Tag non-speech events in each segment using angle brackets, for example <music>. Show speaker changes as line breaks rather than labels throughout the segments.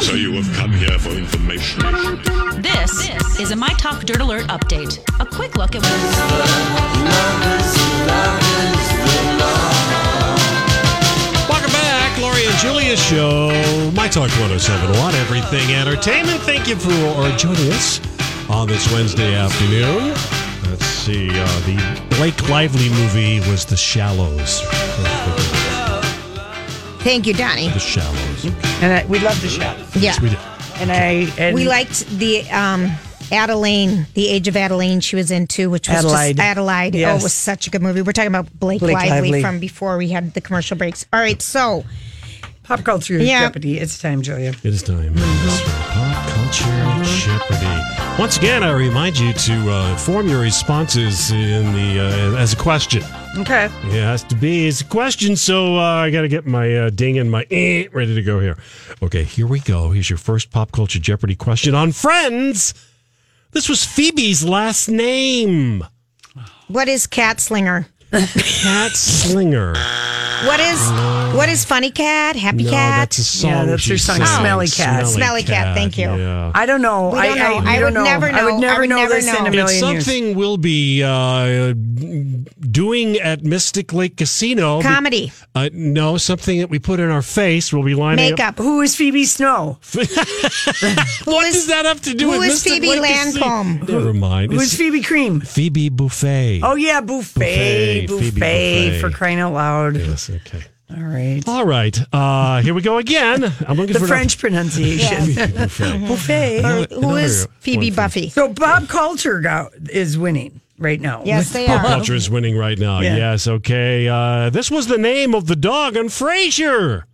So you have come here for information.
This, is a My Talk Dirt Alert update. A quick look at what.
Welcome back, Lori and Julia show, My Talk 1071, Everything Entertainment. Thank you for uh, joining us on this Wednesday afternoon. Let's see, uh, the Blake Lively movie was The Shallows.
Thank you, Donnie.
The Shallows.
And I, we love the show.
Yeah.
Yes, we did.
And I and
We liked the um, Adelaine, the Age of Adelaine she was into, which was
Adelaide.
just Adelaide. Oh,
Yes.
it was such a good movie. We're talking about Blake,
Blake
Lively,
Lively.
from before we had the commercial breaks. All right, so
pop culture
Yeah.
Jeopardy. It's time, Julia.
It is time. Yes, for Pop Culture Jeopardy. Once again, I remind you to uh, form your responses in the uh, as a question.
Okay.
It has to be. It's a question, so uh, I got to get my uh, ding and my eh ready to go here. Okay, here we go. Here's your first pop culture Jeopardy question on Friends. This was Phoebe's last name,
what is Cat Slinger?
Cat Slinger.
What is what is Funny Cat? Happy
No,
Cat?
that's a song.
Yeah, that's
she
her song,
sang.
Smelly Cat.
Smelly Cat, thank you.
Yeah.
I don't know.
We
I,
don't know. I
I, don't
would never
I would
know.
never
I would
know
never
this in
know.
a
It's
million
It's
years.
something we'll be uh, doing at Mystic Lake Casino.
Comedy.
Uh, no, something that we put in our face. We'll be lining up.
Makeup.
Who is Phoebe Snow?
What
is-
does that have to do
who
with
is
Mr.
Phoebe
Legacy?
Lancome?
Never mind.
Who's
It's
Phoebe Cream?
Phoebe Buffet.
Oh yeah, buffet,
Buffet, Phoebe
buffet,
Buffet.
for crying out loud.
yes. Okay.
All right.
All right. Uh, here we go again. I'm looking
The
for
French pronunciation.
Another, Phoebe
Mm-hmm.
Buffet.
Buffet.
Another-
Who is
another
Phoebe
one from-
Buffy?
So Bob Culture go- is winning right now.
Yes, <laughs> they
Pop
are.
culture is winning right now.
Yeah.
Yes. Okay. Uh, this was the name of the dog on Frasier.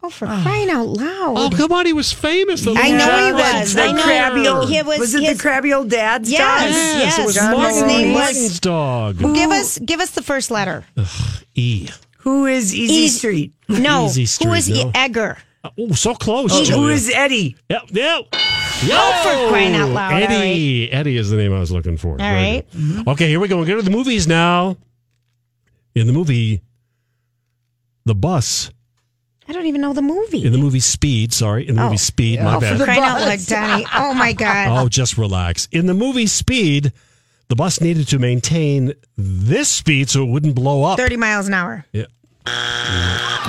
Oh, for crying out
Oh
loud.
come on, he was famous. The
I know he
little John
was.
Lennon's
I
The
know.
crabby old,
He was-
was, it
his-
the crabby old dad's
Yes,
dog?
Yes,
yes.
it was
John
Martin
Maloney.
Martin's dog.
Give us give us the first letter.
E.
Who is Easy
Easy-
Street?
No.
Easy
who
Street,
is
no.
Edgar?
Oh, so close.
Who
Julia.
is Eddie?
Yep, yep.
Oh, for crying out loud, all
Eddie. Eddie is the name I was looking for. All
right. Mm-hmm.
Okay, here we go. We'll go to the movies now. In the movie, the bus,
I don't even know the movie.
in the movie Speed, sorry, in the movie Speed, my
oh, for
bad.
crying out loud,
<laughs>
Donnie. Oh my God.
oh, just relax. In the movie Speed, the bus needed to maintain this speed so it wouldn't blow up.
30 miles an hour.
Yeah.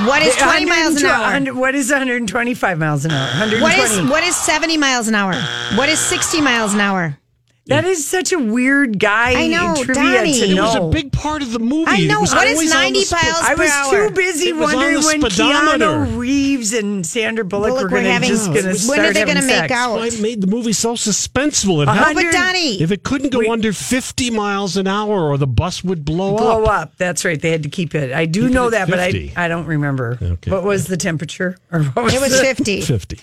What is 20 miles an
120
hour?
hundred- What is 125 miles an hour? 120.
What is what is 70 miles an hour? What is 60 miles an hour?
that is such a weird guy
I know,
trivia
Donnie.
to
It
know.
was a big part of the movie.
I
It
know.
was
What
always
is
on
90
the sp-
miles
I
per
was
hour?
too busy
It was on
wondering
the
when
speedometer.
Keanu Reeves and Sandra Bullock,
Bullock
were
were
going to
having-
just
When
going
are
to start
they gonna
having
make
sex.
out?
Why it made the movie so suspenseful? It
Uh-huh.
No,
had-
but
Hundred-
Donnie.
If it couldn't go
Wait.
under 50 miles an hour or the bus would blow,
Blow
up.
up. That's right. They had to keep it. I do
Keep it
know
at
that, but I
50.
I don't remember.
Okay.
What was the temperature or what was,
It was
<laughs> the
50.
50.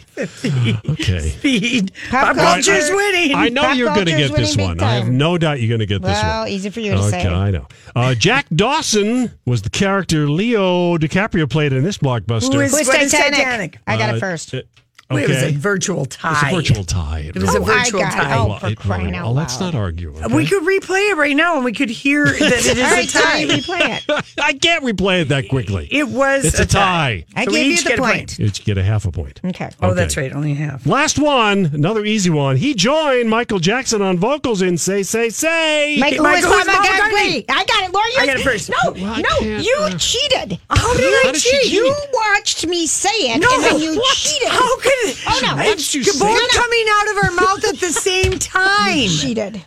Okay.
<laughs>
speed?
Pop
Pop culture's
culture.
winning.
I know
Pop
you're going to
culture's
get this
winning
one.
big
I have
time.
no doubt you're going to get this
Well,
one.
easy for you to
okay,
say.
I know. Uh, Jack Dawson was the character Leo DiCaprio played in this blockbuster.
Who is,
Who is
what is
Titanic?
Titanic?
I got
Uh,
it first.
uh,
Well, It was
Okay.
a virtual tie.
It's a virtual tie. It,
was a
really-
virtual
I got
tie.
It. Oh,
Well,
for
it really-
crying out
oh,
loud.
let's not argue. okay? <laughs>
We could replay it right now, and we could hear that it is
All right,
a tie.
Tony, replay
<laughs>
it.
I can't replay it that quickly.
It was
It's a tie.
I
So we
gave you
each
the
get a
point.
It's get a half a point.
Okay.
Oh, that's right. Only half.
Last one, another easy one. He joined Michael Jackson on vocals in "Say Say Say."
Michael,
Michael,
Lewis,
who's
Paul
Paul
McCartney. I got it, Laura. You
I got it first.
No,
Well, I
no,
can't,
you
uh,
cheated. How did
How
I
did she
cheat?
cheat?
You watched me say it, and then you
what?
cheated.
How could it?
Oh no, I
did you
It's
say
both
that?
coming out of our mouth at the
<laughs>
same time.
cheated?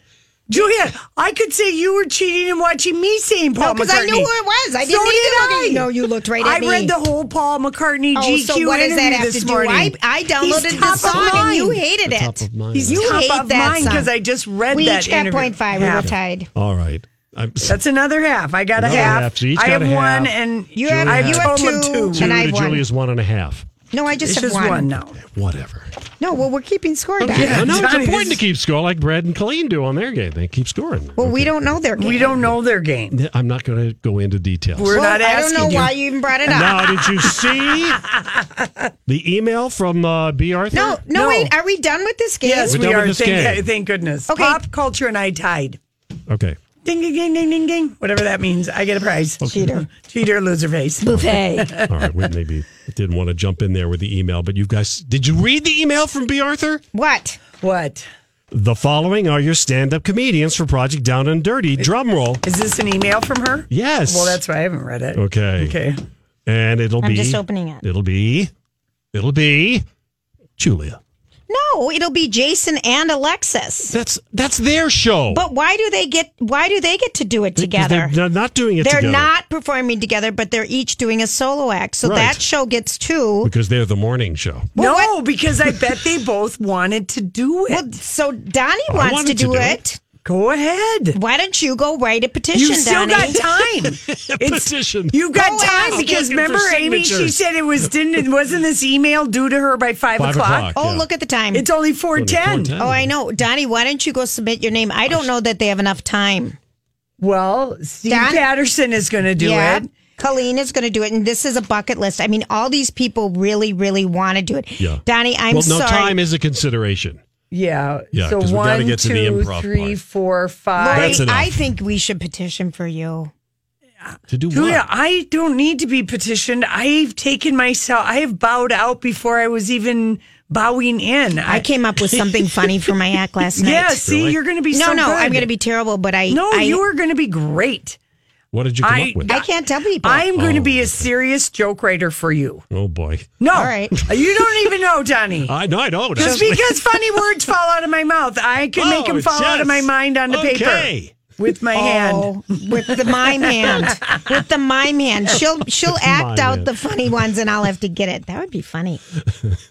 Julia, I could say you were cheating and watching me saying Paul
No, because I
McCartney.
knew who it was. I
So
didn't need
did
to look at
I.
you. No, you looked right at
I
me.
read the whole Paul McCartney
Oh,
GQ
so what
interview
does that have
this
to do?
morning.
I, I
He's
downloaded the
top of
song and you
mind.
hated
The
it.
top of mind.
He's
you
top
hate
of
that
mine
song.
because I just read
we
that
each got
interview.
point five. We
Yeah.
were tied.
All right. I'm,
That's another half. I got a
Another
half.
half. So each
I
got
have
a
one,
half.
and
You have-
I
you
have
total
two.
of
two
and I
to
won.
Julia's one and a half.
No, I
It's
just have
just
one.
one now.
Whatever.
No, well, we're keeping score. Doc.
Yeah, no, it's
Johnny's-
important to keep score like Brad and Colleen do on their game. They keep scoring.
Well, we don't know their game.
We don't know their game.
I'm not going to go into details.
We're
Well,
not
I don't
asking
know
you.
why you even brought it up.
now, did
<laughs>
you see the email from uh, B. Arthur?
No, no,
No.
wait. Are we done with this game?
Yes,
We're
we
done with
are.
this game.
Thank, thank goodness.
Okay.
Pop culture and I tied.
Okay.
Ding, ding, ding, ding, ding, ding. Whatever that means. I get a prize. Cheater. Cheater, loser face.
Buffet.
All right. We maybe didn't want to jump in there with the email, but you guys, did you read the email from B. Arthur?
what?
What?
The following are your stand up comedians for Project Down and Dirty. Drum roll.
Is this an email from her?
Yes.
Well, that's why I haven't read it.
Okay.
Okay.
And it'll
I'm
be.
just opening it.
It'll be. It'll be. Julia.
No, it'll be Jason and Alexis.
That's that's their show.
But why do they get? Why do they get to do it
Because
together?
They're not- not doing it
They're
together.
not performing together, but they're each doing a solo act. So
Right.
that show gets two.
Because they're the morning show.
no, because I bet they both wanted to do it.
Well, so Donnie
I
wants
wanted
to
to
do
do
it.
Go ahead.
Why don't you go write a petition,
You still
Donnie?
got
<laughs>
time. It's,
Petition.
You've got
Go
time
ask.
because
Looking for
remember, Amy, she
signatures.
said it was didn't it wasn't this email due to her by five,
Five
o'clock?
o'clock.
oh,
Yeah.
look at the time.
It's only four ten.
4:10.
oh, I know, Donnie. Why don't you go submit your name? I don't know that they have enough time.
Well, Steve
Don-
Patterson is going to do
yeah.
it.
Colleen is going to do it, and this is a bucket list. I mean, all these people really, really want to do it.
Yeah.
Donnie, I'm
well, no,
sorry.
time is a consideration.
Yeah.
Yeah,
So
'cause we gotta
one,
get to the
two,
improv
three,
part.
four, five.
Lori,
That's enough.
I think we should petition for you.
To do
Julia,
what?
I don't need to be petitioned. I've taken myself, I have bowed out before I was even bowing in.
I came up with something funny for my act
<laughs>
last night.
Yeah, see,
Really?
you're going to be
No,
so
no,
good.
I'm going to be terrible, but I.
No,
I,
you are going to be great.
What did you come
I-
up with?
I can't tell people.
I'm going to
Oh,
be
okay.
a serious joke writer for you.
oh boy.
No.
All right.
<laughs> You don't even know, Donnie.
<laughs> I know. I know.
Just
<laughs>
because funny words fall out of my mouth, I can make them fall out of my mind onto
Oh, okay. <laughs>
paper with my hand.
Oh, with the mime hand, with the mime hand, she'll she'll act
Mime
out
hand.
the funny ones, and I'll have to get it. That would be funny.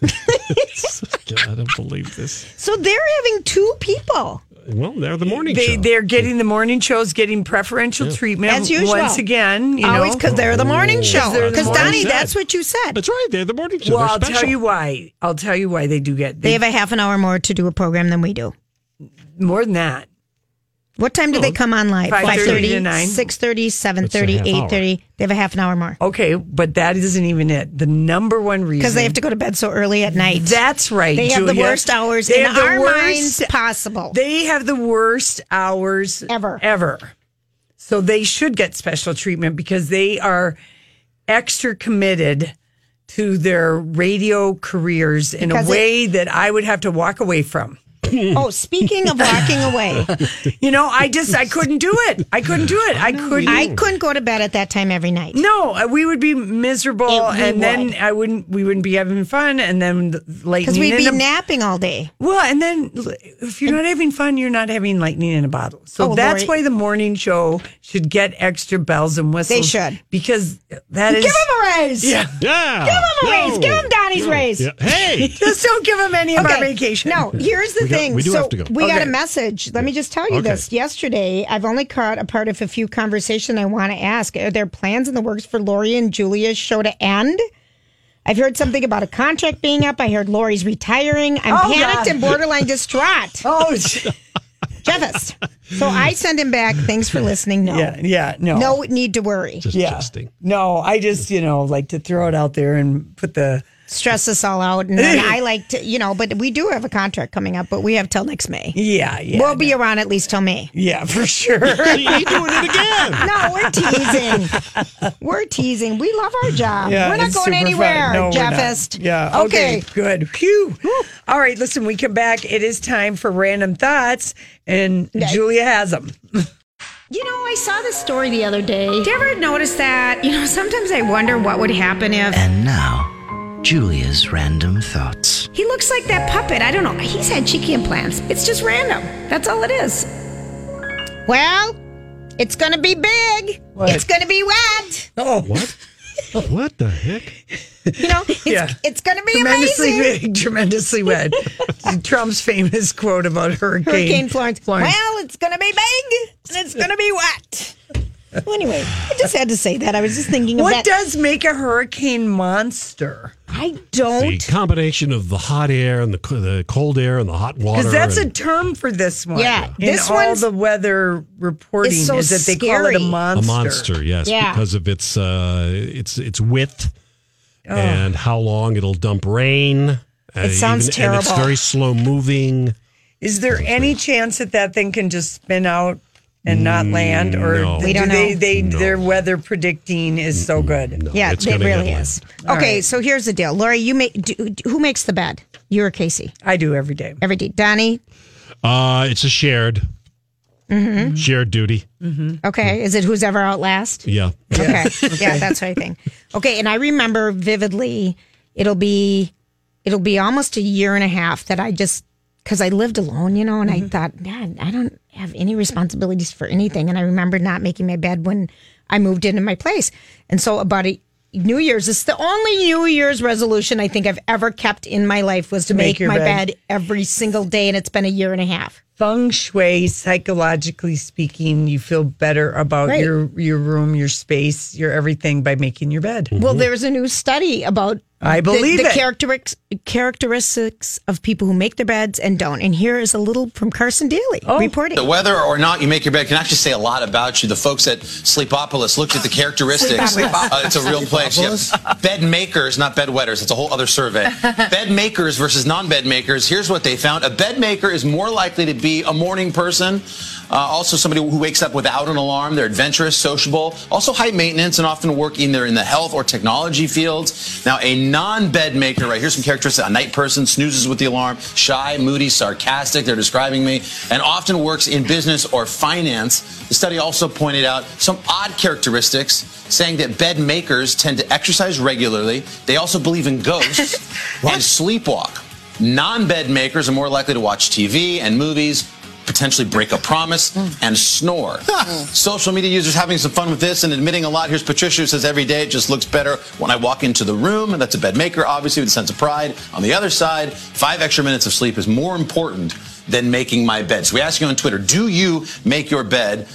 God, I don't believe this.
So they're having two people.
Well, they're the morning
They,
show.
they're getting the morning shows, getting preferential treatment
As usual.
once again. You
Always
know?
because they're the morning show.
they're the
Because
morning
Donnie,
show.
that's what you said.
That's right. They're the morning show.
Well,
they're
I'll
special.
tell you why. I'll tell you why they do get
They
they,
have a half an hour more to do a program than we do.
more than that.
What time do they come on live?
5:30 to 9.
6.30,
It's a half
7.30, 8.30. They have a half an hour more.
Okay, but that isn't even it. The number one reason
Because they have to go to bed so early at night.
That's right.
They have the
Julia.
worst hours
They
in
have the
our
worst-
minds possible.
They have the worst hours
Ever.
Ever. So they should get special treatment because they are extra committed to their radio careers in
Because it-
a way that I would have to walk away from.
oh, speaking of walking
<laughs>
away,
You know, I just I couldn't do it. I couldn't do
<laughs> Oh,
it. I couldn't.
I couldn't go to bed at that time every night.
no, uh, we would be miserable,
It- we
and then
would.
I wouldn't. We wouldn't be having fun, and then like
Because we'd be napping all day.
Well, and then l- if you're not having fun, you're not having lightning in a bottle. So
Oh,
that's
Lori.
why the morning show should get extra bells and whistles.
They should.
Because that is.
Give them a raise.
Yeah. <laughs>
Yeah.
Give them a raise. Give them Donnie's raise.
Yeah.
<laughs>
Hey.
Just don't give them any of our vacation.
No, here's the
got-
thing.
we do
so
have to go.
we got a
Okay.
message. Let me just tell you
Okay.
this. Yesterday, I've only caught a part of a few conversation I want to ask. Are there plans in the works for Lori and Julia's show to end? I've heard something about a contract being up. I heard Lori's retiring. I'm
Oh,
panicked
God.
and borderline distraught.
<laughs> Oh, sh-
Jeffus. So I send him back. Thanks for listening. No.
yeah. Yeah. No.
No need to worry.
Just
Yeah.
jesting.
No, I just, you know, like to throw it out there and put the
stress us all out. And
<laughs>
then I like to, you know, but we do have a contract coming up, but we have till next May.
Yeah, yeah.
we'll be around at least till May.
yeah,
<laughs>
for sure.
See, you doing it again.
No,
<laughs>
we're teasing. we're teasing. We love our job.
Yeah,
we're not
it's
going
super
anywhere,
fun. No, we're not.
Jeffist.
Yeah. Okay.
okay.
Good. Phew. All right. Listen, we come back. It is time for random thoughts, and Julia has them.
You know, I saw this story the other day.
Do you ever notice that? You know, sometimes I wonder what would happen if
And now, Julia's random thoughts.
he looks like that puppet. I don't know. He's had cheeky implants. It's just random. That's all it is. Well, it's going to be big. It's going to be wet.
Oh,
What? What the heck?
You know, it's,
Yeah.
it's going to be
tremendously
amazing.
big, <laughs> tremendously
<laughs>
wet. Trump's famous quote about hurricane,
Hurricane Florence. Well, it's going to be big and it's going to be wet. Well, anyway, I just had to say that. I was just thinking of
what
that.
does make a hurricane monster?
I
The
don't.
combination of the hot air and the, co- the cold air and the hot water.
Because that's a
and
term for this one.
Yeah,
In
this
all
one's-
the weather reporting
is so
is that they call it a
scary. A
a
monster.
monster. Yes,
Yeah.
because of its uh, its its width and how long it'll dump rain. Uh,
It sounds
And it's
terrible.
very slow moving.
Is there any chance that that thing can just spin out and not land, or
Mm, no.
do
We
don't
they,
know.
they their weather predicting is so good?
No,
Yeah,
it's
it
gonna
really
get
is.
wet.
Okay, so here's the deal, Lori. You make do, do- who makes the bed? You or Casey?
I do every day.
Every day, Donnie.
Uh, it's a shared
Mm-hmm.
shared duty.
Okay, is it who's ever out last?
Yeah.
Okay,
<laughs>
yeah, that's what I think. Okay, and I remember vividly. It'll be, it'll be almost a year and a half that I just because I lived alone, you know, and
Mm-hmm.
I thought, man, I don't have any responsibilities for anything. And I remember not making my bed when I moved into my place, and so about a. New Year's It's the only New Year's resolution I think I've ever kept in my life was to
Make
make,
your
my
bed.
bed every single day, and it's been a year and a half.
Feng shui, psychologically speaking, you feel better about
Right.
your your room, your space, your everything by making your bed.
Well, there's a new study about
I believe
the, the
it.
characteristics characteristics of people who make their beds and don't. And here is a little from Carson Daly
Oh.
reporting.
The whether or not you make your bed can actually say a lot about you. The folks at Sleepopolis looked at the characteristics. Uh, it's a real place. Yep. Bed makers, not bed wetters. It's a whole other survey. bed makers versus non-bed makers. Here's what they found: a bed maker is more likely to be a morning person, uh, also somebody who wakes up without an alarm. They're adventurous, sociable, also high maintenance, and often work either in the health or technology fields. Now, a non-bed maker, right? Here's some characteristics: a night person, snoozes with the alarm, shy, moody, sarcastic. They're describing me, and often works in business or finance. The study also pointed out some odd characteristics, saying that bed makers tend to exercise regularly. They also believe in ghosts and sleepwalk. Non-bed makers are more likely to watch TV and movies. Potentially break a promise and snore. Social media users having some fun with this and admitting a lot. Here's Patricia who says every day it just looks better when I walk into the room, and that's a bed maker, obviously, with a sense of pride. On the other side, five extra minutes of sleep is more important than making my bed. So we asked you on Twitter, do you make your bed?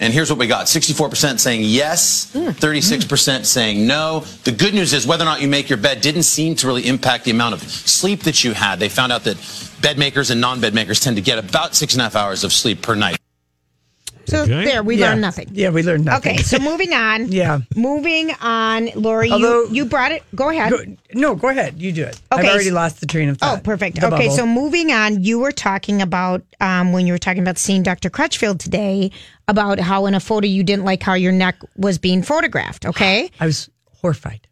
And here's what we got 64% saying yes, 36% saying no. The good news is whether or not you make your bed didn't seem to really impact the amount of sleep that you had. They found out that bed makers and non bed makers tend to get about six and a half hours of sleep per night.
so
Okay.
there, we
yeah.
learned nothing.
Yeah, we learned nothing.
Okay, so moving on.
<laughs> Yeah.
Moving on, Lori,
Although-
you, you brought it. Go ahead.
Go- no, go ahead. You do it.
Okay,
I've already
so-
lost the train of thought.
Oh, perfect.
The
okay,
bubble.
so moving on, you were talking about um, when you were talking about seeing Dr. Crutchfield today about how in a photo you didn't like how your neck was being photographed.
<gasps>
Okay,
I was horrified.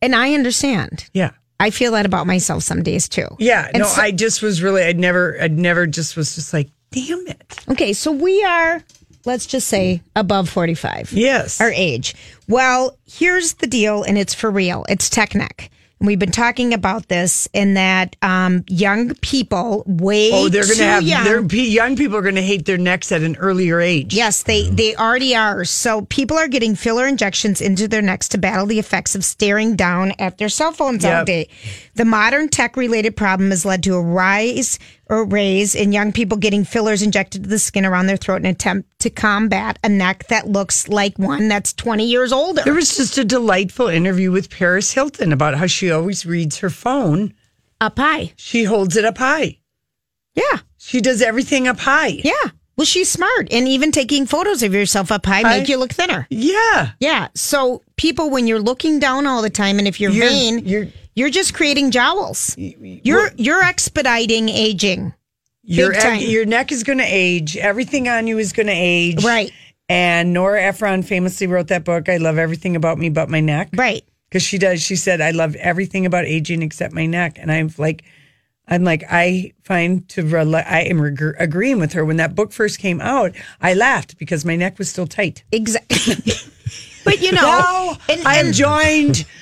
and I understand.
Yeah.
I feel that about myself some days too.
Yeah.
And
no,
so-
I just was really, I'd never, I'd never just was just like, damn it.
Okay, so we are, let's just say, above 45.
Yes.
Our age. Well, here's the deal, and it's for real. It's TechNet. And we've been talking about this in that um, young people way
Oh, they're going
too
to have,
young.
their pe- young people are going to hate their necks at an earlier age.
Yes, they they already are. So people are getting filler injections into their necks to battle the effects of staring down at their cell phones all
Yep.
day. The modern tech related problem has led to a rise or raise in young people getting fillers injected to the skin around their throat in an attempt to combat a neck that looks like one that's 20 years older.
There was just a delightful interview with Paris Hilton about how she always reads her phone.
up high.
She holds it up high.
Yeah.
She does everything up high.
Yeah. Well, she's smart, and even taking photos of yourself up high make
I-
you look thinner.
Yeah.
Yeah. So people, when you're looking down all the time, and if you're,
You're-
vain,
you're-
you're you're just creating jowls. You're you're expediting aging.
Your
Big time.
e- your neck is going to age. Everything on you is going to age.
Right.
And Nora Ephron famously wrote that book, I Love Everything About Me But My Neck.
Right.
Because she does. She said, I love everything about aging except my neck. And I'm like, I'm like, I find to, rela- I am reg- agreeing with her. When that book first came out, I laughed because my neck was still tight.
Exactly. <laughs> but you know,
Now
and-
I have
and-
joined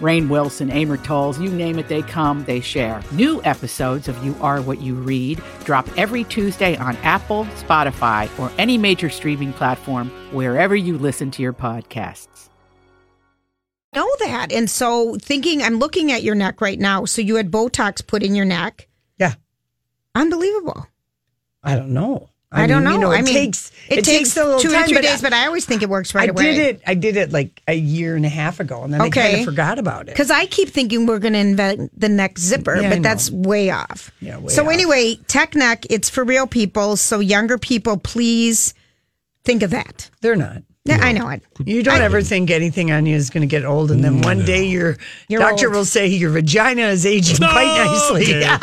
Rain Wilson, Amor Tolls, you name it, they come, they share. New episodes of You Are What You Read drop every Tuesday on Apple, Spotify, or any major streaming platform wherever you listen to your podcasts.
know that, and so thinking, I'm looking at your neck right now. So you had Botox put in your neck.
yeah.
Unbelievable.
I don't know.
I, don't know.
mean, you
I
it
mean,
takes it, takes, a little
two
time,
or three
but
days,
I-
but I always think it works right
I
away.
did it. I did it like a year and a half ago, and then I kind
Okay.
of forgot about it.
Because I keep thinking we're going to invent the next zipper,
Yeah, I
but
know.
that's way off.
Yeah, way
so
off.
anyway, tech neck, it's for real people. So younger people, please think of that.
They're not.
Yeah, I know it.
You don't ever think anything on you is going to get old, and then one day your
You're
doctor
old.
will say your vagina is aging quite nicely. <laughs>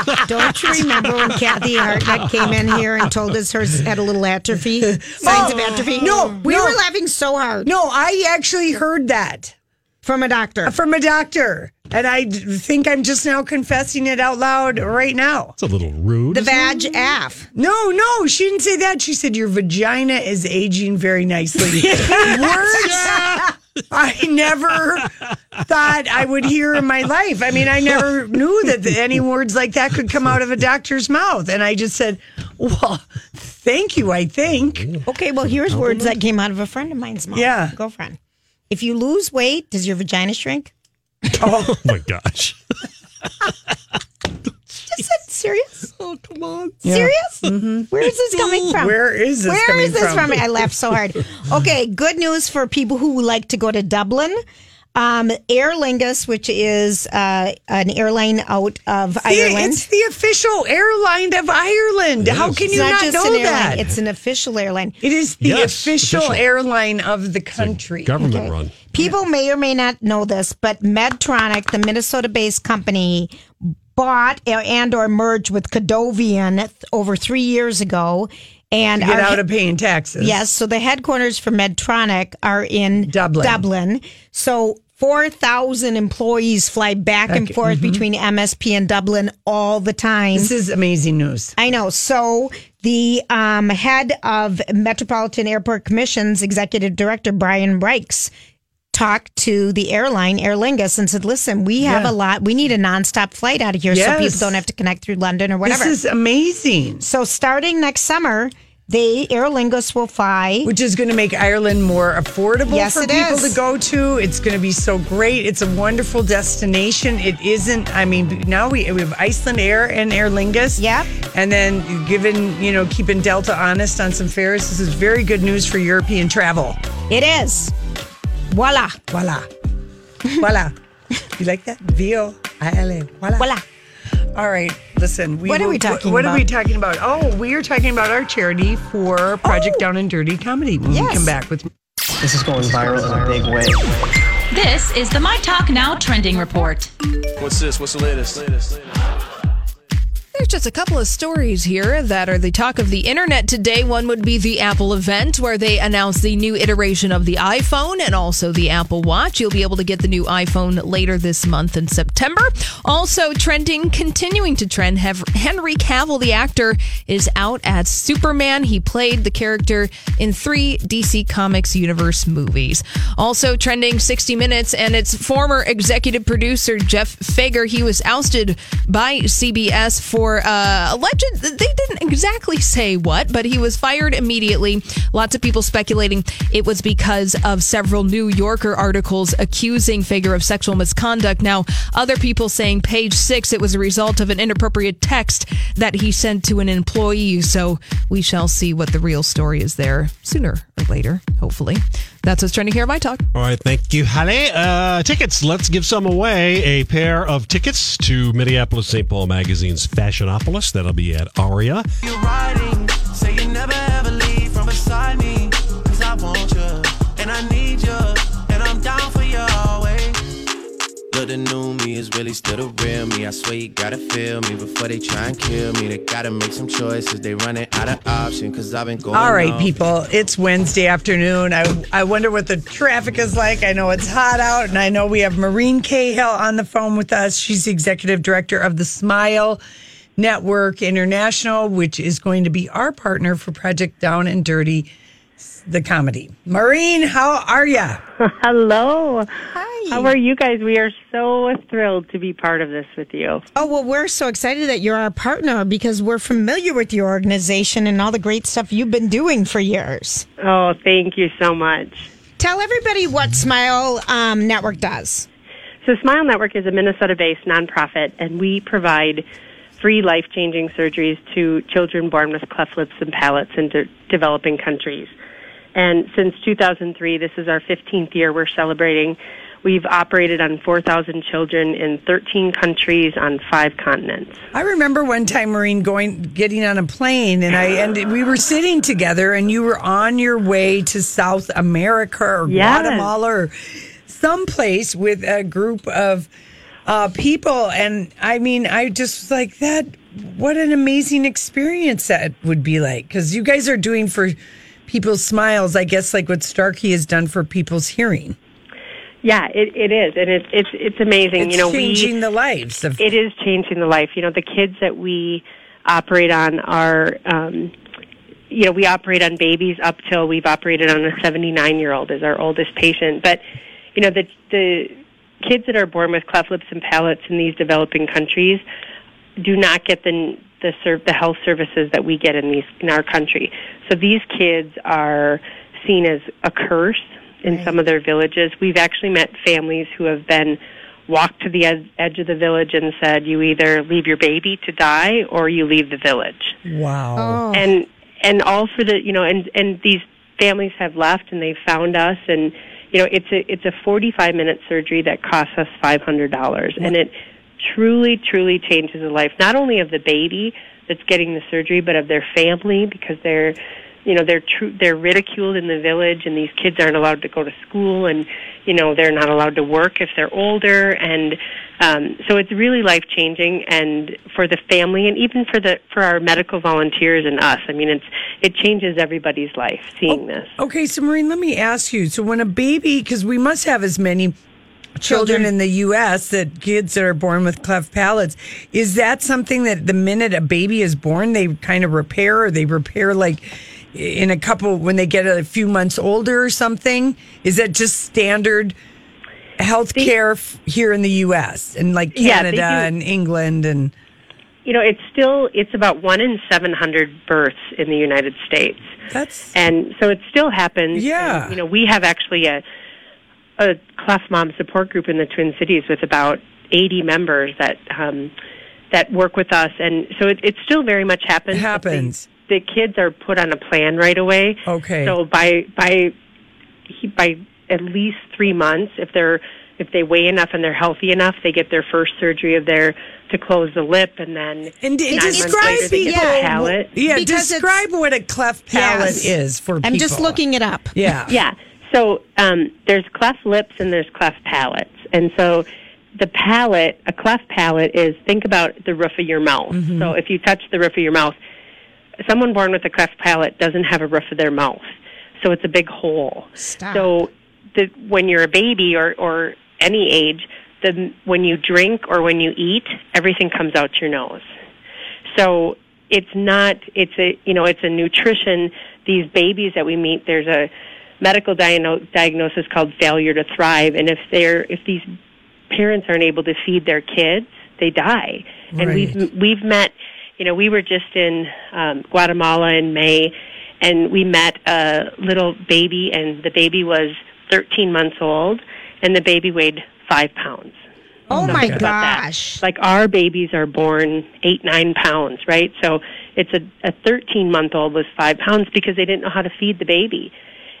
Okay.
<laughs> Don't you remember when Kathy Hartnett came in here and told us hers had a little <laughs> atrophy, signs of atrophy?
no,
we
no.
were laughing so hard
No, I actually heard that
from a doctor.
from a doctor, and I d- think I'm just now confessing it out loud right now.
It's a little rude.
The vag af.
No, no, she didn't say that. She said your vagina is aging very
<laughs>
<laughs>
nicely. Words I never thought I would hear in my life. I mean, I never knew that any words like that could come out of a doctor's mouth. And I just said, well, thank you, I think.
Mm.
Okay, well, here's words that came out of a friend of mine's mouth.
Yeah.
Girlfriend. If you lose weight, does your vagina shrink?
<laughs> oh my gosh.
Is that serious?
Oh, come on.
Serious? Where is this coming from?
Mm-hmm. Where is this
Where
coming
is this
from?
I laughed so
<laughs>
hard. Okay, good news for people who like to go to Dublin. Um, Aer Lingus, which is uh, an airline out of Ireland.
It's the official airline of Ireland. How can you not, know
an
that?
airline, it's an official airline.
It is the
Yes,
official,
official.
airline of the country.
Government run.
People may or may not know this, but Medtronic, the Minnesota-based company, bought and or merged with Cadovian th- over three years ago, and
Get
are-
out of paying taxes.
Yes, so the headquarters for Medtronic are in
Dublin.
Dublin. So 4,000 employees fly back and forth between MSP and Dublin all the time.
mm-hmm. This is amazing news.
I know. So the um, head of Metropolitan Airport Commission's executive director, Brian Reichs, talked to the airline, Aer Lingus, and said, listen, we have
Yeah.
a lot. We need a nonstop flight out of here so
Yes.
people don't have to connect through London or whatever.
This is amazing.
so starting next summer, they Aer Lingus will fly.
Which is going to make Ireland more affordable
Yes,
for
it
people
is.
to go to. It's going to be so great. It's a wonderful destination. It isn't. I mean, now we, we have Iceland Air and Aer Lingus.
Yep.
And then, given you know, keeping Delta honest on some fares, this is very good news for European travel.
It is. Voila. <laughs>
Voila, voila. you like that? V O I L A. Voila.
Voila.
All right, listen. We
What are
will-
we talking
What are
about?
we talking about? Oh, we are talking about our charity for Project Down and Dirty Comedy. When we
Oh. Yes.
come back with
This is going viral in a big way.
This is the My Talk Now trending report.
What's this? What's the latest? latest, latest. There's just a couple of stories here that are the talk of the internet today. One would be the Apple event where they announced the new iteration of the iPhone and also the Apple Watch. You'll be able to get the new iPhone later this month in September. Also trending, continuing to trend, have Henry Cavill, the actor, is out as Superman. He played the character in three DC Comics universe movies. Also trending 60 Minutes and its former executive producer Jeff Fager. He was ousted by CBS for uh, alleged. They didn't exactly say what, but he was fired immediately. Lots of people speculating it was because of several New Yorker articles accusing Fager of sexual misconduct. Now, other people saying page six, it was a result of an inappropriate text that he sent to an employee. So we shall see what the real story is there sooner or later, hopefully. That's what's trending here at My Talk.
All right, thank you, Holly. Uh, tickets, let's give some away. A pair of tickets to Minneapolis St. Paul Magazine's Fashionopolis. That'll be at Aria.
You're riding, say you never ever leave from beside me. Cause I want you, and I need you, and I'm down for you always.
Look, the new me is really still the real me. I swear you gotta feel me before they try and kill me. They gotta make some choices. They running out of options cause I've been going.
All right,
off.
people, it's Wednesday afternoon. I, I wonder what the traffic is like. I know it's hot out, and I know we have Maureen Cahill on the phone with us. She's the executive director of the Smile Network International, which is going to be our partner for Project Down and Dirty, the comedy. Maureen, how are you?
Hello. Hi. How are you guys? We are so thrilled to be part of this with you.
Oh, well, we're so excited that you're our partner because we're familiar with your organization and all the great stuff you've been doing for years.
Oh, thank you so much.
Tell everybody what Smile um, Network does.
So, Smile Network is a Minnesota based nonprofit, and we provide free life changing surgeries to children born with cleft lips and palates in de- developing countries. And since 2003, this is our 15th year we're celebrating. We've operated on 4,000 children in 13 countries on five continents.
I remember one time, Maureen, going getting on a plane, and I and we were sitting together, and you were on your way to South America or
Yes.
Guatemala or someplace with a group of uh, people, and I mean, I just was like that. What an amazing experience that would be like because you guys are doing for people's smiles, I guess, like what Starkey has done for people's hearing.
Yeah, it, it is, and it's it's it's amazing.
It's
you know,
changing
we,
the lives of
it is changing the life. You know, the kids that we operate on are, um, you know, we operate on babies up till we've operated on a 79 year old as our oldest patient. But you know, the the kids that are born with cleft lips and palates in these developing countries do not get the the serv- the health services that we get in these in our country. So these kids are seen as a curse in some of their villages. We've actually met families who have been walked to the ed- edge of the village and said, "You either leave your baby to die or you leave the village."
Wow.
And and all for the you know and and these families have left and they found us and you know it's a it's a 45 minute surgery that costs us $500 and it truly truly changes the life not only of the baby that's getting the surgery but of their family because they're you know they're tru- they're ridiculed in the village and these kids aren't allowed to go to school and you know they're not allowed to work if they're older and um, so it's really life changing and for the family and even for the for our medical volunteers and us i mean it's it changes everybody's life
Oh,
seeing this
Okay, so Maureen, let me ask you. So when a baby, because we must have as many children in the U.S. that kids that are born with cleft palates, is that something that the minute a baby is born, they kind of repair, or they repair like in a couple when they get a few months older or something? Is that just standard health care f- here in the U.S. and like
Yeah, they
Canada
do.
and England and?
you know it's still it's about one in seven hundred births in the united states
that's
and so it still happens
Yeah.
And, you know we have actually a a cleft mom support group in the twin cities with about eighty members that um that work with us and so it, it still very much happens
It
but the-
happens.
the kids are put on a plan right away
Okay.
so by by he- by at least three months if they're if they weigh enough and they're healthy enough they get their first surgery of their to close the lip and then
And d-
nine months later,
describe
they get the palate.
Yeah, describe what a cleft palate
Yes.
is for people.
I'm just looking
it up.
Yeah.
yeah. So um, there's cleft lips and there's cleft palates, and so the palate, a cleft palate, is think about the roof of your mouth.
Mm-hmm.
Mhm.
So if you touch the roof of your mouth, someone born with a cleft palate doesn't have a roof of their mouth. So it's a big hole.
Stop.
So the, when you're a baby or, or any age, the, when you drink or when you eat, everything comes out your nose. So it's not, it's a, you know, it's a nutrition. These babies that we meet, there's a medical diagno- diagnosis called failure to thrive. And if they're, if these parents aren't able to feed their kids, they die. And
Right.
we've we've met, you know, we were just in um, Guatemala in May, and we met a little baby, and the baby was 13 months old, and the baby weighed five pounds.
Oh
So
my
think about that.
gosh.
Like our babies are born eight nine pounds, right? So it's a a 13 month old was five pounds because they didn't know how to feed the baby.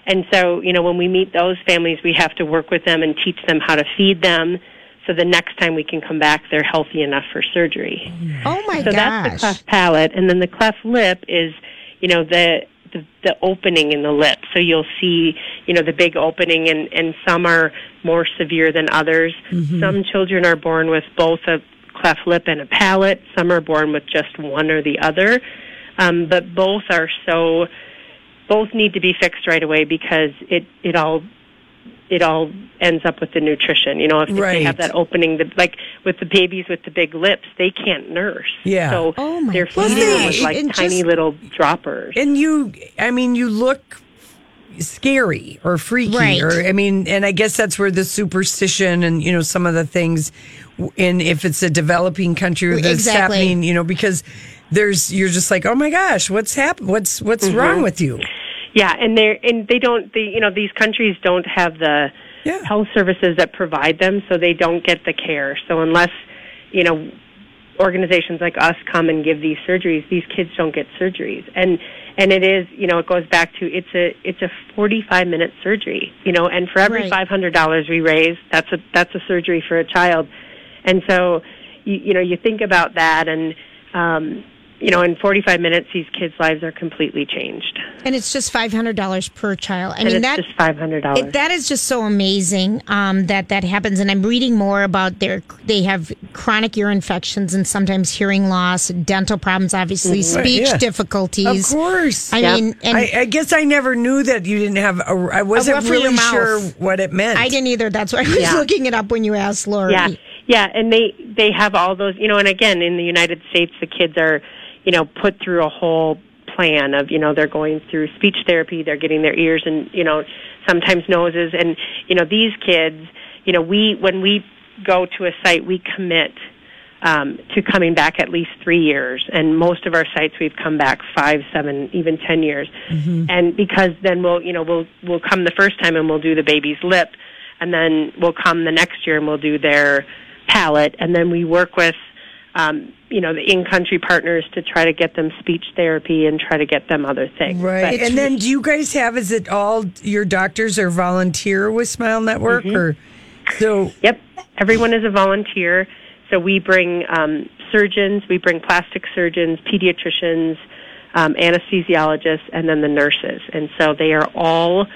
And so, you know, when we meet those families, we have to work with them and teach them how to feed them so the next time we can come back, they're healthy enough for surgery.
Oh my
so that's the
gosh.
cleft palate. And then the cleft lip is, you know, the, the, the opening in the lip. So you'll see, you know, the big opening and, and some are more severe than others.
Mm-hmm.
Mhm.
Some children are born with both a cleft lip and a palate. Some are born with just one or the other. Um, but both are so, both need to be fixed right away because it, it all it all ends up with the nutrition. You know, if, they
Right.
have that opening, the, like with the babies with the big lips, they can't nurse.
Yeah.
So
Oh, my
they're
gosh.
feeding them with
And
like
just-
tiny little droppers.
And you, I mean, you look scary or freaky,
Right.
or I mean, and I guess that's where the superstition and you know some of the things, w- and if it's a developing country, that's
Exactly.
happening, you know, because there's you're just like, oh my gosh, what's happened? What's what's
Mhm.
wrong with you?
Yeah, and they are and they don't the you know these countries don't have the health services that provide them, so they don't get the care. So unless you know organizations like us come and give these surgeries, these kids don't get surgeries. And and it is you know it goes back to it's a it's a forty five minute surgery you know, and for every
Right.
five hundred dollars we raise, that's a that's a surgery for a child. And so you, you know you think about that and. Um, you know, in 45 minutes, these kids' lives are completely changed.
And it's just five hundred dollars per child. I
And
mean
it's
that
just $500.
it- that is just so amazing um, that that happens. And I'm reading more about their they have chronic ear infections and sometimes hearing loss, dental problems, obviously
Mm-hmm.
Mhm. Right,
speech
yeah.
difficulties.
Of course.
I mean, and
I, I guess I never knew that you didn't have a. I wasn't
roof for your
really
mouth.
sure what it meant.
I didn't either. That's why I was
Yeah.
looking it up when you asked Lori.
Yeah, yeah, and they they have all those, you know. And again, in the United States, the kids are, you know, put through a whole plan of, you know, they're going through speech therapy, they're getting their ears and, you know, sometimes noses, and you know, these kids, you know, we when we go to a site, we commit um, to coming back at least three years, and most of our sites we've come back five, seven, even ten years, and because then we'll, you know, we'll we'll come the first time and we'll do the baby's lip, and then we'll come the next year and we'll do their palate, and then we work with, um, you know, the in-country partners to try to get them speech therapy and try to get them other things.
Right.
But-
and then do you guys have is it all your doctors are volunteer with Smile Network
Mm-hmm.
or so
Yep. Everyone is a volunteer. So we bring um, surgeons, we bring plastic surgeons, pediatricians, um, anesthesiologists, and then the nurses. And so they are all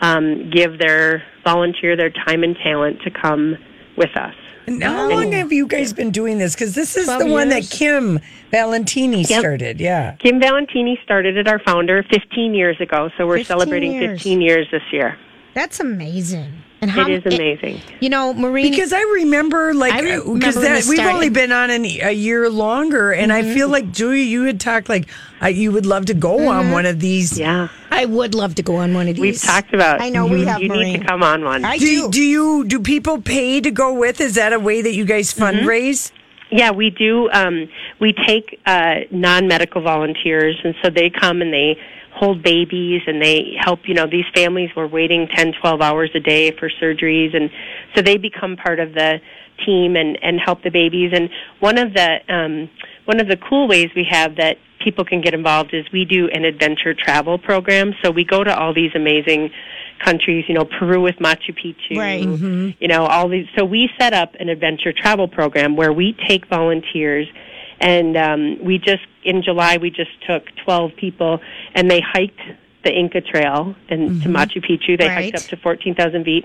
um, give their volunteer their time and talent to come with us.
and how long have you guys been doing this? Because this is the one that Kim Valentini started. Yeah.
Kim Valentini started it, our founder, 15 years ago. So we're
15
celebrating
years.
15 years this year.
That's amazing. And
It is amazing.
you know, Maureen.
Because I remember, like,
I remember
because
when
that
this
we've
started. Mm-hmm.
only been on an, a year longer, and I feel like Julia, you had talked like I, you would love to go
Mm-hmm.
on one of these.
Yeah,
I would love to go on one of these.
We've talked about.
I know we
Mhm.
have,
You need
Maureen.
to come on one.
do, do. you do people pay to go with? Is that a way that you guys
Mm-hmm.
fundraise?
Yeah, we do. Um, we take uh, non-medical volunteers, and so they come and they hold babies and they help. You know, these families were waiting ten, twelve hours a day for surgeries, and so they become part of the team and and help the babies. And one of the um, one of the cool ways we have that people can get involved is we do an adventure travel program. So we go to all these amazing countries. You know, Peru with Machu Picchu
Right.
you know all these so we set up an adventure travel program where we take volunteers and um, we just in july we just took 12 people
Mm-hmm.
and they hiked the inca trail and to machu picchu they
Right.
hiked up to 14000 feet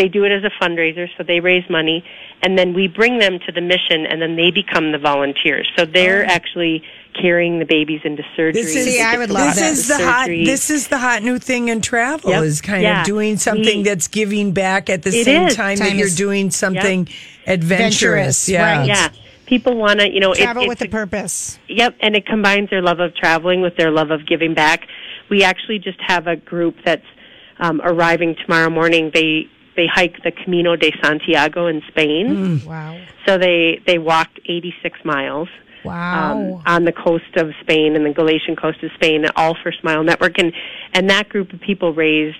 They do it as a fundraiser, so they raise money, and then we bring them to the mission, and then they become the volunteers. So they're
Oh.
actually carrying the babies into surgery.
This is
They get to
this
watch
is the hot
surgery.
this is the hot new thing in travel
Yep.
is kind
Yeah.
of doing something
We-
that's giving back at the
It
same
is.
time, that
Time
you're
is-
doing something adventurous. Yeah,
Right, yeah. People want to, you know,
Travel
it,
with
it's
a purpose.
Yep, and it combines their love of traveling with their love of giving back. We actually just have a group that's um, arriving tomorrow morning. They they hike the Camino de Santiago in
Mm.
Spain.
Wow.
So they they walked 86 miles
Wow.
um, on the coast of Spain and the Galician coast of Spain, all for Smile Network, and and that group of people raised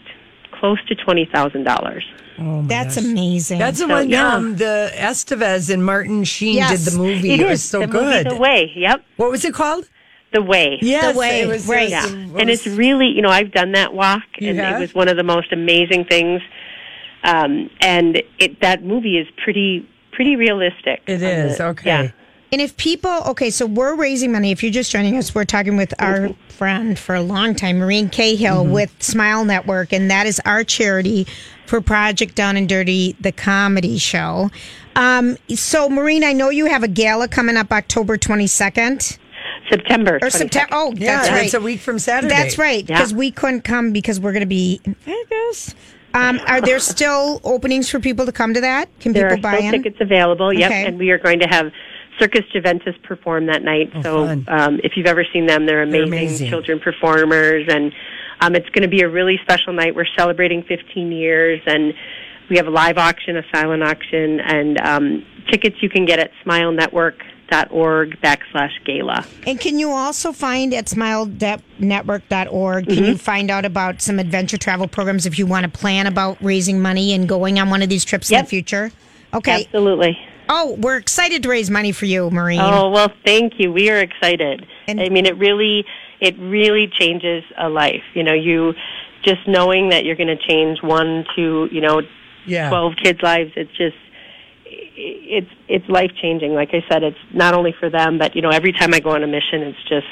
close to twenty thousand dollars.
Oh
That's amazing.
That's the
So,
one.
yeah.
Um, the Estevez and Martin Sheen
Yes,
did the movie.
It
It,
is
was so
the movie
good.
the Way. Yep.
What was it called?
The Way.
Yes, The Way, it was- right.
Yeah.
it was-
And it's really, you know, I've done that walk,
You
and
have?
it was one of the most amazing things. Um, and it that movie is pretty pretty realistic. It
is, okay.
And if people, okay, so we're raising money. If you're just joining us, we're talking with our friend for a long time, Maureen Cahill with Smile Network, and that is our charity for Project Down and Dirty, the comedy show. Um, so, Maureen, I know you have a gala coming up October 22nd.
September
Or September. Oh,
Yeah,
that's right.
It's a week from Saturday.
That's right, because we couldn't come because we're going to be in Vegas. Um, are there still openings for people to come to that? Can
there are
people buy
still
in?
tickets available. Yep,
Okay.
and we are going to have Circus Juventus perform that night.
Oh,
so um, if you've ever seen them, they're amazing,
amazing.
children performers, and um, it's going to be a really special night. We're celebrating 15 years, and we have a live auction, a silent auction, and um, tickets you can get at SmileNetwork.org backslash gala.
And can you also find at smilenetwork.org, can
Mm-hmm.
you find out about some adventure travel programs if you want to plan about raising money and going on one of these trips in the future? Okay.
Absolutely.
Oh, we're excited to raise money for you, Maureen.
Oh well, thank you. We are excited. I mean, it really, it really changes a life. You know, you just knowing that you're going to change one to you know,
Yeah.
twelve kids' lives. It's just, it's it's life changing. Like I said, it's not only for them, but you know, every time I go on a mission, it's just,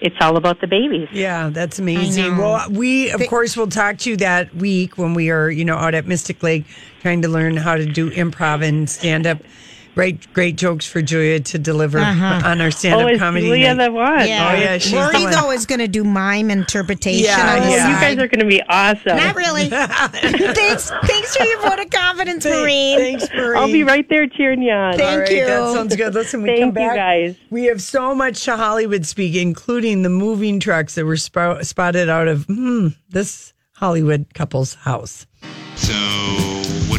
it's all about the babies.
Yeah, that's amazing.
know.
Well, we of course will talk to you that week when we are, you know, out at Mystic Lake trying to learn how to do improv and stand up. Right, great jokes for Julia to deliver
Uh-huh.
on our stand up
Oh, is
comedy.
Julia
night.
the one?
Yeah.
Oh yeah, she's the
Lori,
one.
though, is going to do mime interpretation.
Yeah,
on the
yeah.
You
side.
guys are going to be awesome.
Not really.
<laughs>
thanks, thanks for your vote of confidence, Maureen.
Thanks, Maureen.
I'll be right there cheering you on.
Thank
All right,
you.
That sounds good. Listen, we
Thank
come
you,
back.
guys.
We have so much to Hollywood speak, including the moving trucks that were spo- spotted out of hmm, this Hollywood couple's house.
So, what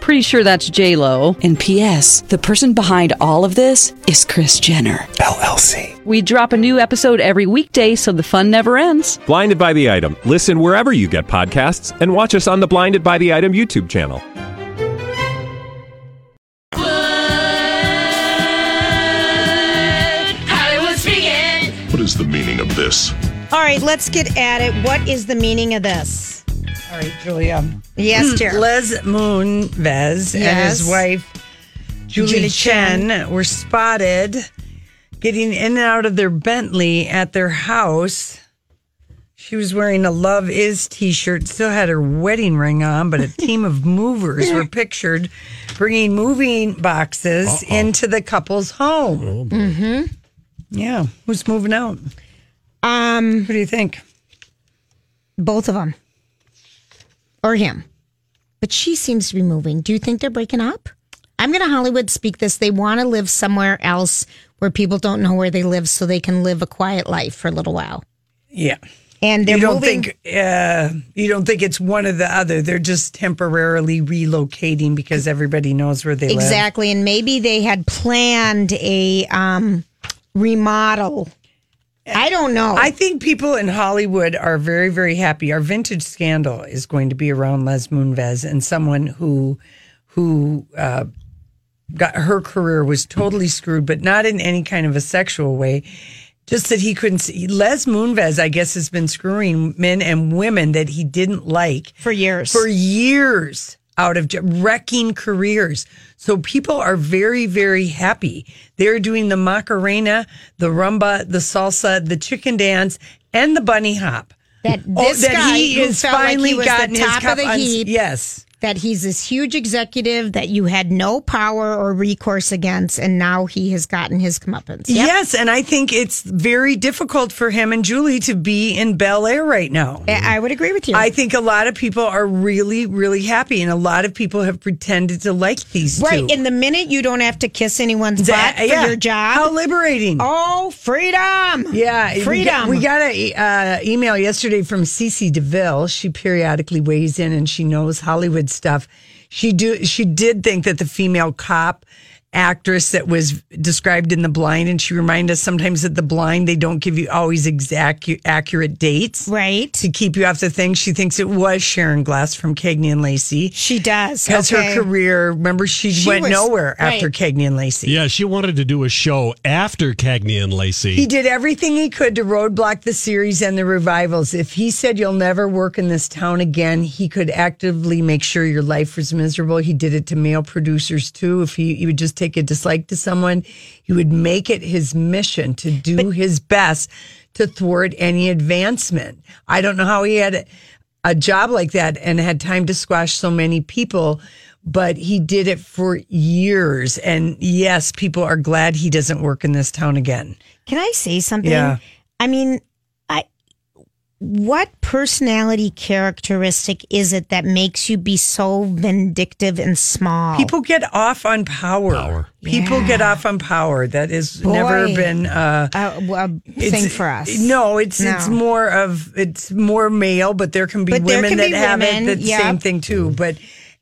Pretty sure that's J Lo. And P.S. The person behind all of this is Chris Jenner
LLC.
We drop a new episode every weekday, so the fun never ends.
Blinded by the item. Listen wherever you get podcasts, and watch us on the Blinded by the Item YouTube channel.
Hollywood speaking.
What is the meaning of this?
All right, let's get at it. What is the meaning of this?
All right, Julia. Hmm.
Yes, dear.
Les Moonves and
Yes.
his wife Julie,
Julie
Chen,
Chen.
were spotted getting in and out of their Bentley at their house. She was wearing a Love Is t shirt, still had her wedding ring
<laughs>
on, but a team of movers were pictured bringing moving boxes into the couple's home.
Mm-hmm.
Yeah. Who's moving out?
Um, what
do you think?
Both of them, or him, but she seems to be moving. Do you think they're breaking up? I'm going to Hollywood speak this. They want to live somewhere else where people don't know where they live, so they can live a quiet life for a little while.
Yeah.
And they're
you don't
moving.
think uh, you don't think it's one or the other. They're just temporarily relocating because everybody knows where they live.
exactly, and maybe they had planned a um, remodel. I don't know.
I think people in Hollywood are very, very happy. Our vintage scandal is going to be around Les Moonves and someone who who uh, got her career was totally screwed, but not in any kind of a sexual way. Just that he couldn't see. Les Moonves, I guess, has been screwing men and women that he didn't like
for years.
For years out of jo- wrecking careers. So people are very, very happy. They're doing the Macarena, the rumba, the salsa, the chicken dance, and the bunny hop.
That
Oh,
this guy who felt like he was the top of the
uns-
heap.
yes.
that he's this huge executive that you had no power or recourse against, and now he has gotten his comeuppance. Yep.
Yes, and I think it's very difficult for him and Julie to be in Bel Air right now.
I would agree with you.
I think a lot of people are really, really happy, and a lot of people have pretended to like these
Right,
two.
and the minute you don't have to kiss anyone's
That-
butt for
yeah.
your job,
How liberating!
Oh, freedom!
Yeah,
freedom.
We got, we got a uh, email yesterday from Cece DeVille. She periodically weighs in, and she knows Hollywood stuff. She do she did think that the female cop actress that was described in the blind, and she reminded us sometimes that the blind they don't give you always exact accurate dates,
right?
To keep you off the thing. She thinks it was Sharon Glass from Cagney and Lacey.
She does
because
okay.
her career. Remember, she,
She
went
was-
nowhere after
right.
Cagney and Lacey.
Yeah, she wanted to do a show after Cagney and Lacey.
He did everything he could to roadblock the series and the revivals. If he said you'll never work in this town again, he could actively make sure your life was miserable. He did it to male producers too. If he, he would just take a dislike to someone, he would make it his mission to do his best to thwart any advancement. I don't know how he had a job like that and had time to squash so many people. But he did it for years. And yes, people are glad he doesn't work in this town again.
Can I say something?
Yeah.
I mean, I what personality characteristic is it that makes you be so vindictive and small?
People get off on power. People get off on power. That has
Boy.
never been uh,
a, a
it's-
thing for us.
No, it's it's
No.
more of it's more male, but there can be
But there
women
can
that
be
have
women,
it. The
yep.
same thing too. But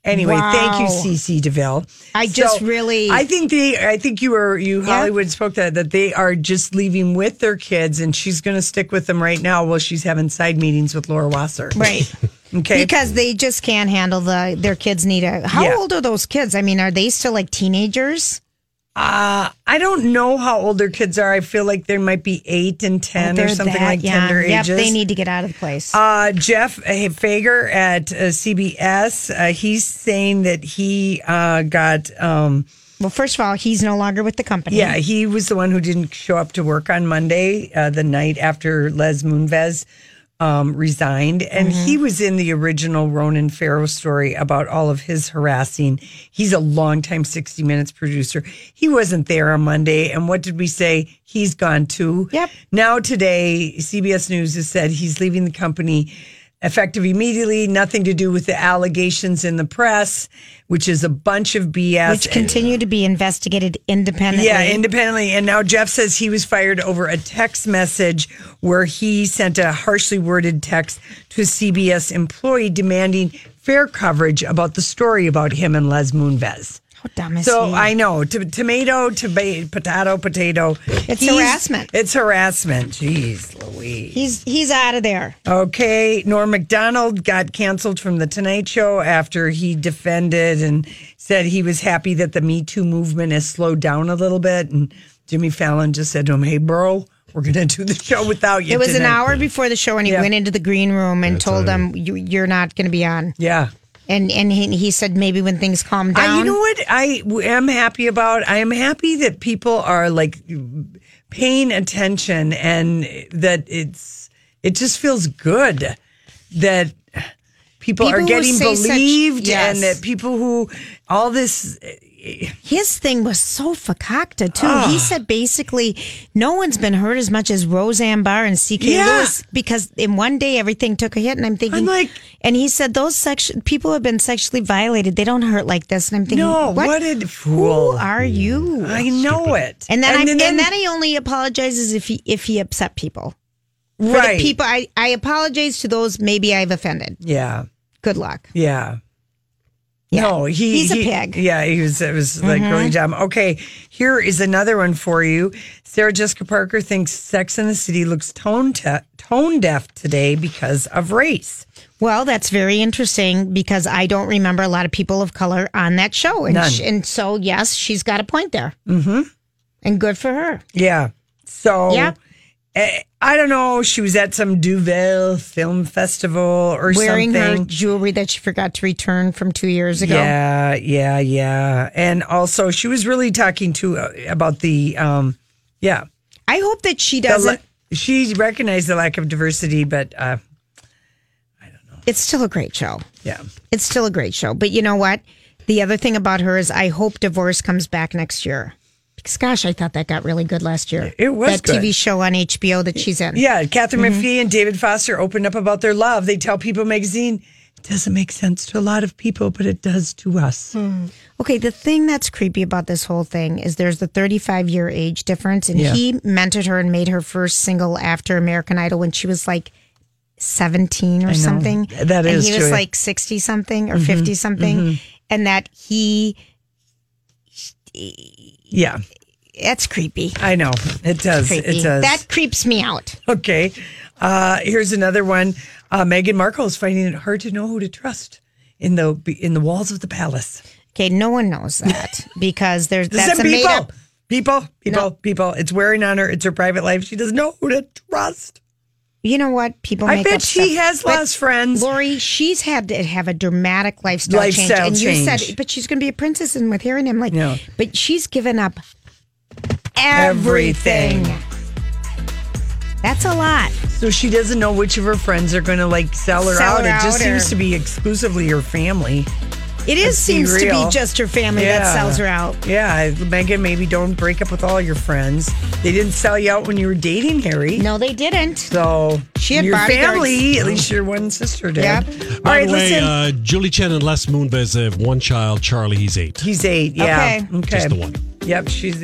anyway, thank you,
Wow.
CC Deville.
I just really-
I think they. I think you were you Hollywood spoke that that they are just leaving with their kids, and she's going to stick with them right now while she's having side meetings with Laura Wasser.
Right.
<laughs> okay.
Because they just can't handle the their kids need a. How
Yeah.
old are those kids? I mean, are they still like teenagers?
Uh, I don't know how old their kids are. I feel like they might be eight and ten or
They're
something
that
like
young.
tender
Yep,
ages.
they need to get out of the place.
Uh, Jeff Fager at uh, CBS, uh, he's saying that he uh, got. Um,
well, first of all, he's no longer with the company.
Yeah, he was the one who didn't show up to work on Monday, uh, the night after Les Moonves um, resigned. And
Mm-hmm.
he was in the original Ronan Farrow story about all of his harassing. He's a longtime 60 Minutes producer. He wasn't there on Monday. And what did we say? He's gone too. Yep. Now, today, CBS News has said he's leaving the company effective immediately, nothing to do with the allegations in the press, which is a bunch of BS.
which continue to be investigated independently.
Yeah, independently. And now Jeff says he was fired over a text message where he sent a harshly worded text to a CBS employee demanding fair coverage about the story about him and Les Moonves.
How dumb is
So
he?
I know to, tomato, toba- potato, potato.
It's
He's-
harassment.
It's harassment. Jeez Louise.
He's he's out of there.
Okay, Norm MacDonald got canceled from The Tonight Show after he defended and said he was happy that the Me Too movement has slowed down a little bit. And Jimmy Fallon just said to him, Hey, bro, we're going to do the show without you.
It was an
tonight."
hour before the show, and he
Yeah.
went into the green room and told them, you, "You're not going to be on."
Yeah.
And and he, he said maybe when things calm down.
I, you know what I w- am happy about? I am happy that people are like paying attention and that it's, it just feels good that people,
People
are
who
getting
say such-
believed
yes.
and that people who, all this
His thing was so fakakta too.
Ah.
He said basically, no one's been hurt as much as Roseanne Barr and C.K.
Yeah.
Lewis because in one day everything took a hit. And I'm thinking,
I'm like-
and he said those section people have been sexually violated. They don't hurt like this. And I'm thinking,
No,
what,
what, did
Who
fool?
are you?
I know it.
And then, I,
then-
and then he only apologizes if he if he upset people. For the
right?
people, I I apologize to those maybe I've offended.
yeah,
Good luck.
yeah. No, he,
he's a
he-
pig. Mm-hmm.
Yeah, he was. It was like really dumb. Okay, here is another one for you. Sarah Jessica Parker thinks Sex in the City looks tone te- tone deaf today because of race.
Well, that's very interesting because I don't remember a lot of people of color on that show, and
None.
sh- and so yes, she's got a point there, mm-hmm. and good for her.
Yeah. So
Yep.
eh, I don't know. She was at some Duvel film festival or
Wearing her
something.
jewelry that she forgot to return from two years ago.
Yeah, yeah, yeah. And also, she was really talking to uh, about the, um, yeah.
I hope that she
The
doesn't.
la- she recognized the lack of diversity, but uh,
it's still a great show.
yeah.
It's still a great show. But you know what? The other thing about her is I hope Divorce comes back next year. Because gosh, I thought that got really good last year.
It was
that TV
good.
show on HBO that she's in.
Yeah, Catherine
Mm-hmm.
McPhee and David Foster opened up about their love. They tell People magazine, it doesn't make sense to a lot of people, but it does to us.
Hmm. Okay, the thing that's creepy about this whole thing is there's the 35 year age difference, and
Yeah.
he mentored her and made her first single after American Idol when she was like 17 or
I know.
something.
That is
And he was
true.
like 60 something or
Mhm,
50 something,
mhm.
and that he,
Yeah.
that's creepy.
I know. It does.
Creepy.
It does.
That creeps me out.
<laughs> okay. Uh, here's another one. Uh, Meghan Markle is finding it hard to know who to trust in the in the walls of the palace.
Okay, no one knows
<laughs>
that because there's
This
that's
is
a made
people.
up.
People, people, people. It's wearing on her. It's her private life. She doesn't know who to trust.
You know what? People.
I
make
bet
up
she
stuff.
has
But
lost friends.
Lori, she's had to have a dramatic lifestyle,
Lifestyle
change, and you said,
change.
but she's going to be a princess. And with hearing him, like,
No.
but she's given up everything. That's a lot.
So she doesn't know which of her friends are going to like sell her
Sell
out.
her
it just
out or-
seems to be exclusively her family.
It is
Let's be
seems to be
real.
just her family that
Yeah.
sells her out.
Yeah, Megan, maybe don't break up with all your friends. They didn't sell you out when you were dating Harry.
No, they didn't.
So
She had
your
bodyguards.
family, at least your one sister did.
Yep.
All
By
right,
the way,
listen.
Uh, Julie Chen and Les Moonves have one child, Charlie. He's eight.
He's eight. Yeah.
Okay.
Just the one.
Yep. She's